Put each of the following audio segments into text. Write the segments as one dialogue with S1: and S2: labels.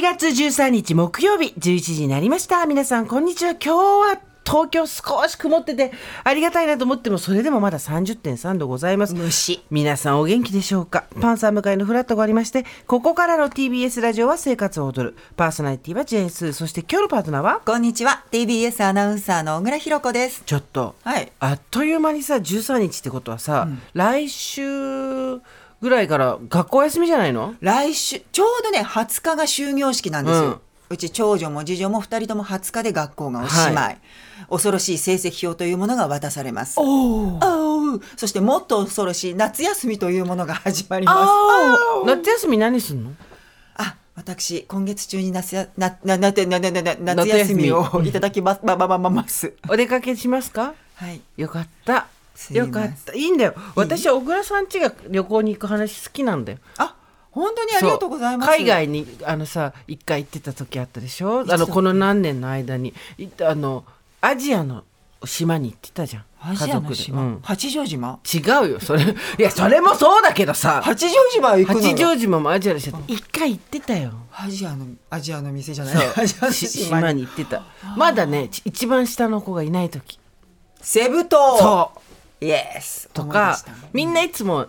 S1: 月13日木曜日11時になりました。皆さんこんにちは。今日は東京少し曇っててありがたいなと思ってもそれでもまだ30.3度ございます。
S2: 蒸し
S1: 皆さんお元気でしょうかパンサー向かいのフラットがありまして、ここからの TBS ラジオは生活を踊る。パーソナリティはジェーンスー。そして今日のパートナーは
S2: こんにちは TBS アナウンサーの小倉弘子です
S1: ちょっと、
S2: はい
S1: あっという間にさ13日ってことはさ、来週ぐらいから学校休みじゃないの
S2: 来週ちょうどね20日が終業式なんですよ、
S1: う
S2: うんち長女も次女も2人とも20日で学校がおしまい、
S1: はい
S2: 恐ろしい成績表というものが渡されますおうそしてもっと恐ろしい夏休みというものが始まりますあう
S1: 夏休み何すんの
S2: あ私今月中に夏やななななななな夏休みをいただき ますばばばばます
S1: お出かけしますか
S2: はい
S1: よかった
S2: すいま
S1: よ
S2: せん
S1: かったいいんだよ私は小倉さん家が旅行に行く話好きなんだよ
S2: あ本当にありがとうございます
S1: そう海外にあのさ一回行ってた時あったでしょ
S2: だ
S1: あのこの何年の間にいあのアジアの島に行ってたじゃん
S2: アジアの島、
S1: 家
S2: 八丈島
S1: 族で、うん、違うよそれいやそれもそうだけどさ
S2: 八丈島は行くのよ
S1: 八丈島もアジアでした一回行ってたよ
S2: アジアのアジアの店じゃない
S1: そ
S2: ア
S1: う
S2: ジアの
S1: し
S2: 島
S1: 島に行ってたまだねち一番下の子がいない時
S2: セブ島
S1: そう
S2: イエス
S1: とか、み
S2: な、
S1: んないつも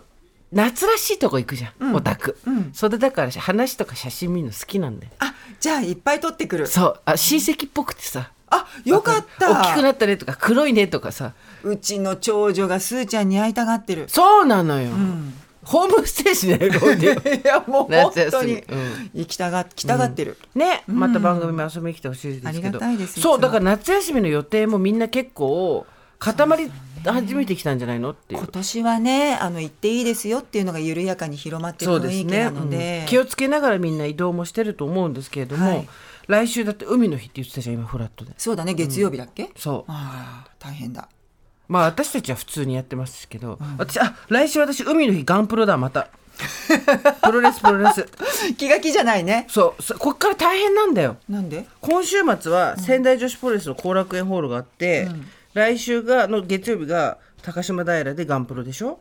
S1: 夏らしいとこ行くじゃん、
S2: うん
S1: オタク、
S2: うん
S1: それだから話とか写真見るの好きなんだよ
S2: あじゃあいっぱい撮ってくる
S1: そうあ親戚っぽくてさ
S2: あよかった
S1: 大きくなったねとか黒いねとかさ
S2: うちの長女がスーちゃんに会いたがってる
S1: そうなのよ、
S2: ん
S1: ホームステージで喜んでよ
S2: いやもう本
S1: 夏休
S2: 当
S1: み
S2: に、
S1: うん
S2: 行きたが来たがってる、
S1: ね、また番組も遊びに来てほしいですけ
S2: あり
S1: ど
S2: がたいですいう
S1: そ
S2: つも
S1: だから夏休みの予定もみんな結構固まり始めてきたんじゃないのっていう
S2: 今年はねあの行っていいですよっていうのが緩やかに広まってる
S1: そう
S2: 雰
S1: です
S2: 囲気
S1: ね、
S2: なので
S1: うん気をつけながらみんな移動もしてると思うんですけれども、
S2: はい
S1: 来週だって海の日って言ってたじゃん今フラットで
S2: そうだね月曜日だっけ、
S1: そう
S2: ああ大変だ
S1: まあ私たちは普通にやってますけど、私あ来週私海の日ガンプロだま たプロレスプロレス
S2: 気が気じゃないね
S1: そうそこっから大変なんだよ
S2: なんで
S1: 今週末は仙台女子プロレスの後楽園ホールがあって、来週がの月曜日が高島平でガンプロでしょ、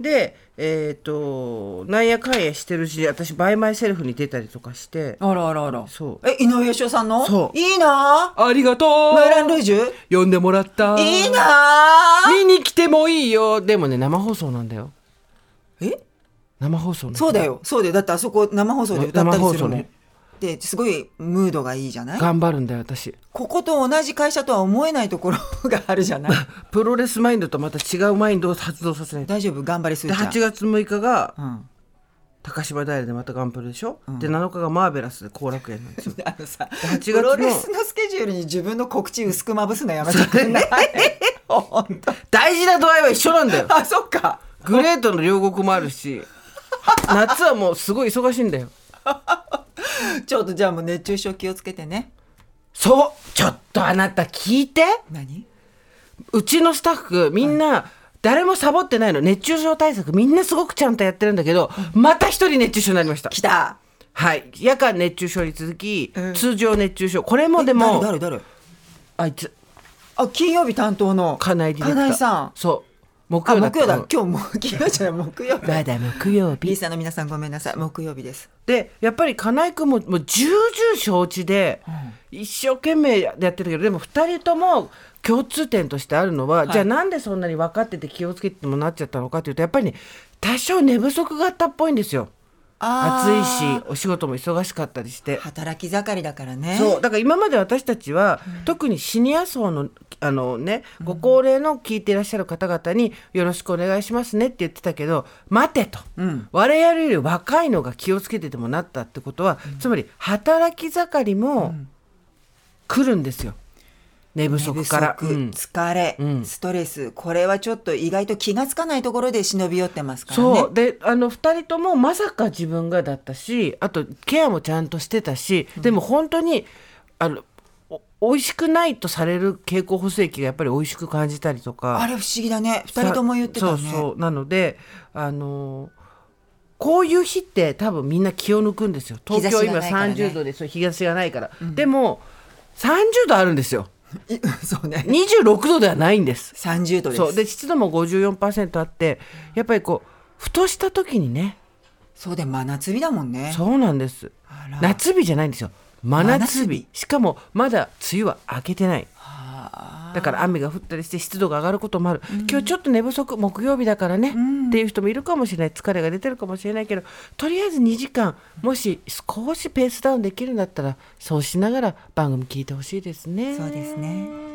S1: でえっ、となんやかんやしてるうちに私バイマイセルフに出たりとかして
S2: あらあらあら
S1: そう
S2: え井上芳雄さんの
S1: そう
S2: いいな
S1: ありがと
S2: あ
S1: う
S2: ムーラン・ルージュ
S1: 呼んでもらった
S2: いいなあ
S1: 見に来てもいいよでもね生放送なんだよ
S2: え
S1: 生放送なん
S2: そうだよそうだよだってあそこ生放送で歌ったりするも
S1: 生放送
S2: ん
S1: ね
S2: ですごいムードがいいじゃない
S1: 頑張るんだよ私
S2: ここと同じ会社とは思えないところがあるじゃない
S1: プロレスマインドとまた違うマインドを発動させないと
S2: 大丈夫頑張りす
S1: で
S2: ー
S1: 8
S2: ち
S1: 月6日が
S2: ゃん、うん、
S1: 高島平でまたガンプルでしょ、で7日がマーベラスで後楽園なんです よ
S2: あのさ
S1: 月の
S2: プロレスのスケジュールに自分の告知薄くまぶすのやめてくん ない本当
S1: 大事な度合いは一緒なんだよ
S2: あそっか
S1: グレートの両国もあるし 夏はもうすごい忙しいんだよ
S2: ちょっとじゃあもう熱中症気をつけてね
S1: そうちょっとあなた聞いて
S2: 何
S1: うちのスタッフみんな誰もサボってないの熱中症対策みんなすごくちゃんとやってるんだけどまた一人熱中症になりました
S2: 来た
S1: はい夜間熱中症に続き、
S2: うん
S1: 通常熱中症これもで
S2: え
S1: も
S2: 誰誰誰
S1: あいつ
S2: あ金曜日担当の
S1: 金井ディレクター
S2: 金井さん
S1: そう木
S2: あ
S1: 曜だった
S2: 木曜だ
S1: うん
S2: 今日も 金曜じゃない木曜日
S1: まだ木曜
S2: B
S1: 日
S2: さんの皆さんごめんなさい木曜日です
S1: でやっぱり金井君ももう重々承知で、一生懸命やってるけどでも2人とも共通点としてあるのは、じゃあなんでそんなに分かってて気をつけてもなっちゃったのかっていうとやっぱりね多少寝不足があったっぽいんですよ
S2: あ
S1: 暑い
S2: ー
S1: しお仕事も忙しかったりして。
S2: 働き盛りだからね
S1: そうだから今まで私たちは、特にシニア層のあの、ね、ご高齢の聞いていらっしゃる方々に「よろしくお願いしますね」って言ってたけど「待てと」我々より若いのが気をつけててもなったってことは、つまり働き盛りも来るんですよ寝不
S2: 寝不
S1: 足
S2: 足
S1: から。うん
S2: 疲れ、ストレスこれはちょっと意外と気がつかないところで忍び寄ってますからね
S1: そうであの2人ともまさか自分がだったしあとケアもちゃんとしてたし、でも本当にあのお美味しくないとされる経口補正液がやっぱり美味しく感じたりとか
S2: あれ不思議だね二人とも言ってたね
S1: そうそうなのであのこういう日って多分みんな気を抜くんですよ東京
S2: 日差しがな
S1: 今
S2: いからね
S1: 30度でそう日差しがないから、でも30度あるんですよ
S2: い そうね
S1: 26度ではないんです
S2: 30度です
S1: そうで湿度も54%あってやっぱりこうふとした時にね
S2: そうで真夏日だもんね。
S1: そうなんです
S2: あら
S1: 夏日じゃないんですよ真夏日
S2: 真夏日
S1: しかもまだ梅雨は明けてない
S2: あー
S1: だから雨が降ったりして湿度が上がることもある、今日ちょっと寝不足木曜日だからね、っていう人もいるかもしれない疲れが出てるかもしれないけどとりあえず2時間もし少しペースダウンできるんだったらそうしながら番組聞いてほしいですね。
S2: そうですね